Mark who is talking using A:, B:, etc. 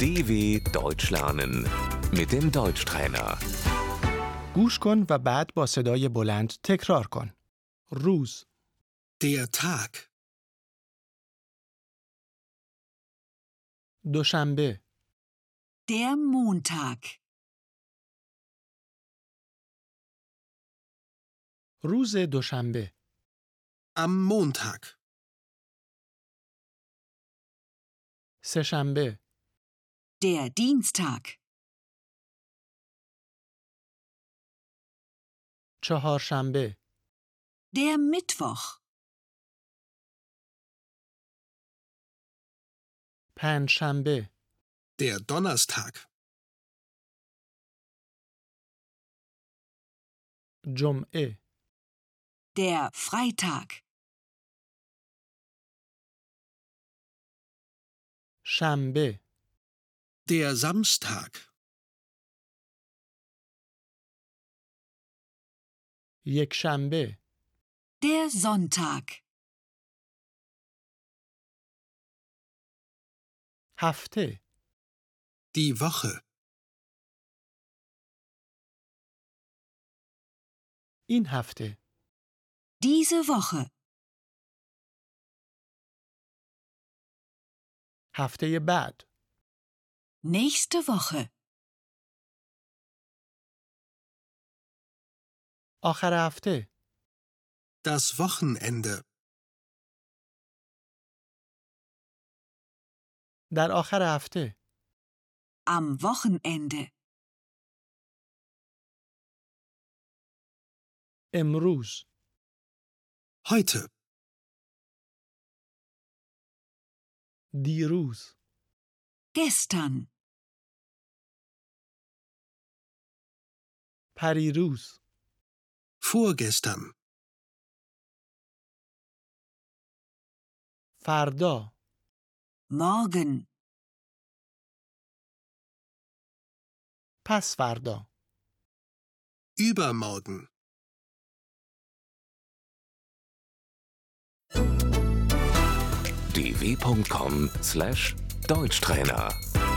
A: DW Deutsch lernen mit dem Deutschtrainer.
B: گوش کن و بعد با صدای بلند تکرار کن. روز،
C: Der Tag.
B: دوشنبه،
D: Der Montag.
B: روز دوشنبه،
C: Am Montag.
B: سهشنبه،
D: Der Dienstag.
B: چهارشنبه،
D: Der Mittwoch.
B: پنجشنبه،
C: Der Donnerstag.
B: جمعه،
D: Der Freitag.
B: شنبه،
C: Der Samstag.
B: یکشنبه،
D: Der Sonntag.
B: هفته،
C: Die Woche.
B: این هفته،
D: Diese Woche.
B: هفته بعد،
D: Nächste Woche.
B: آخر هفته،
C: Das Wochenende.
B: در آخر هفته،
D: Am Wochenende.
B: امروز،
C: Heute.
B: دیروز،
D: Gestern.
B: پریروز،
C: Vorgestern.
B: فردا،
D: Morgen.
B: پس فردا،
C: Übermorgen.
A: dw.com/deutschtrainer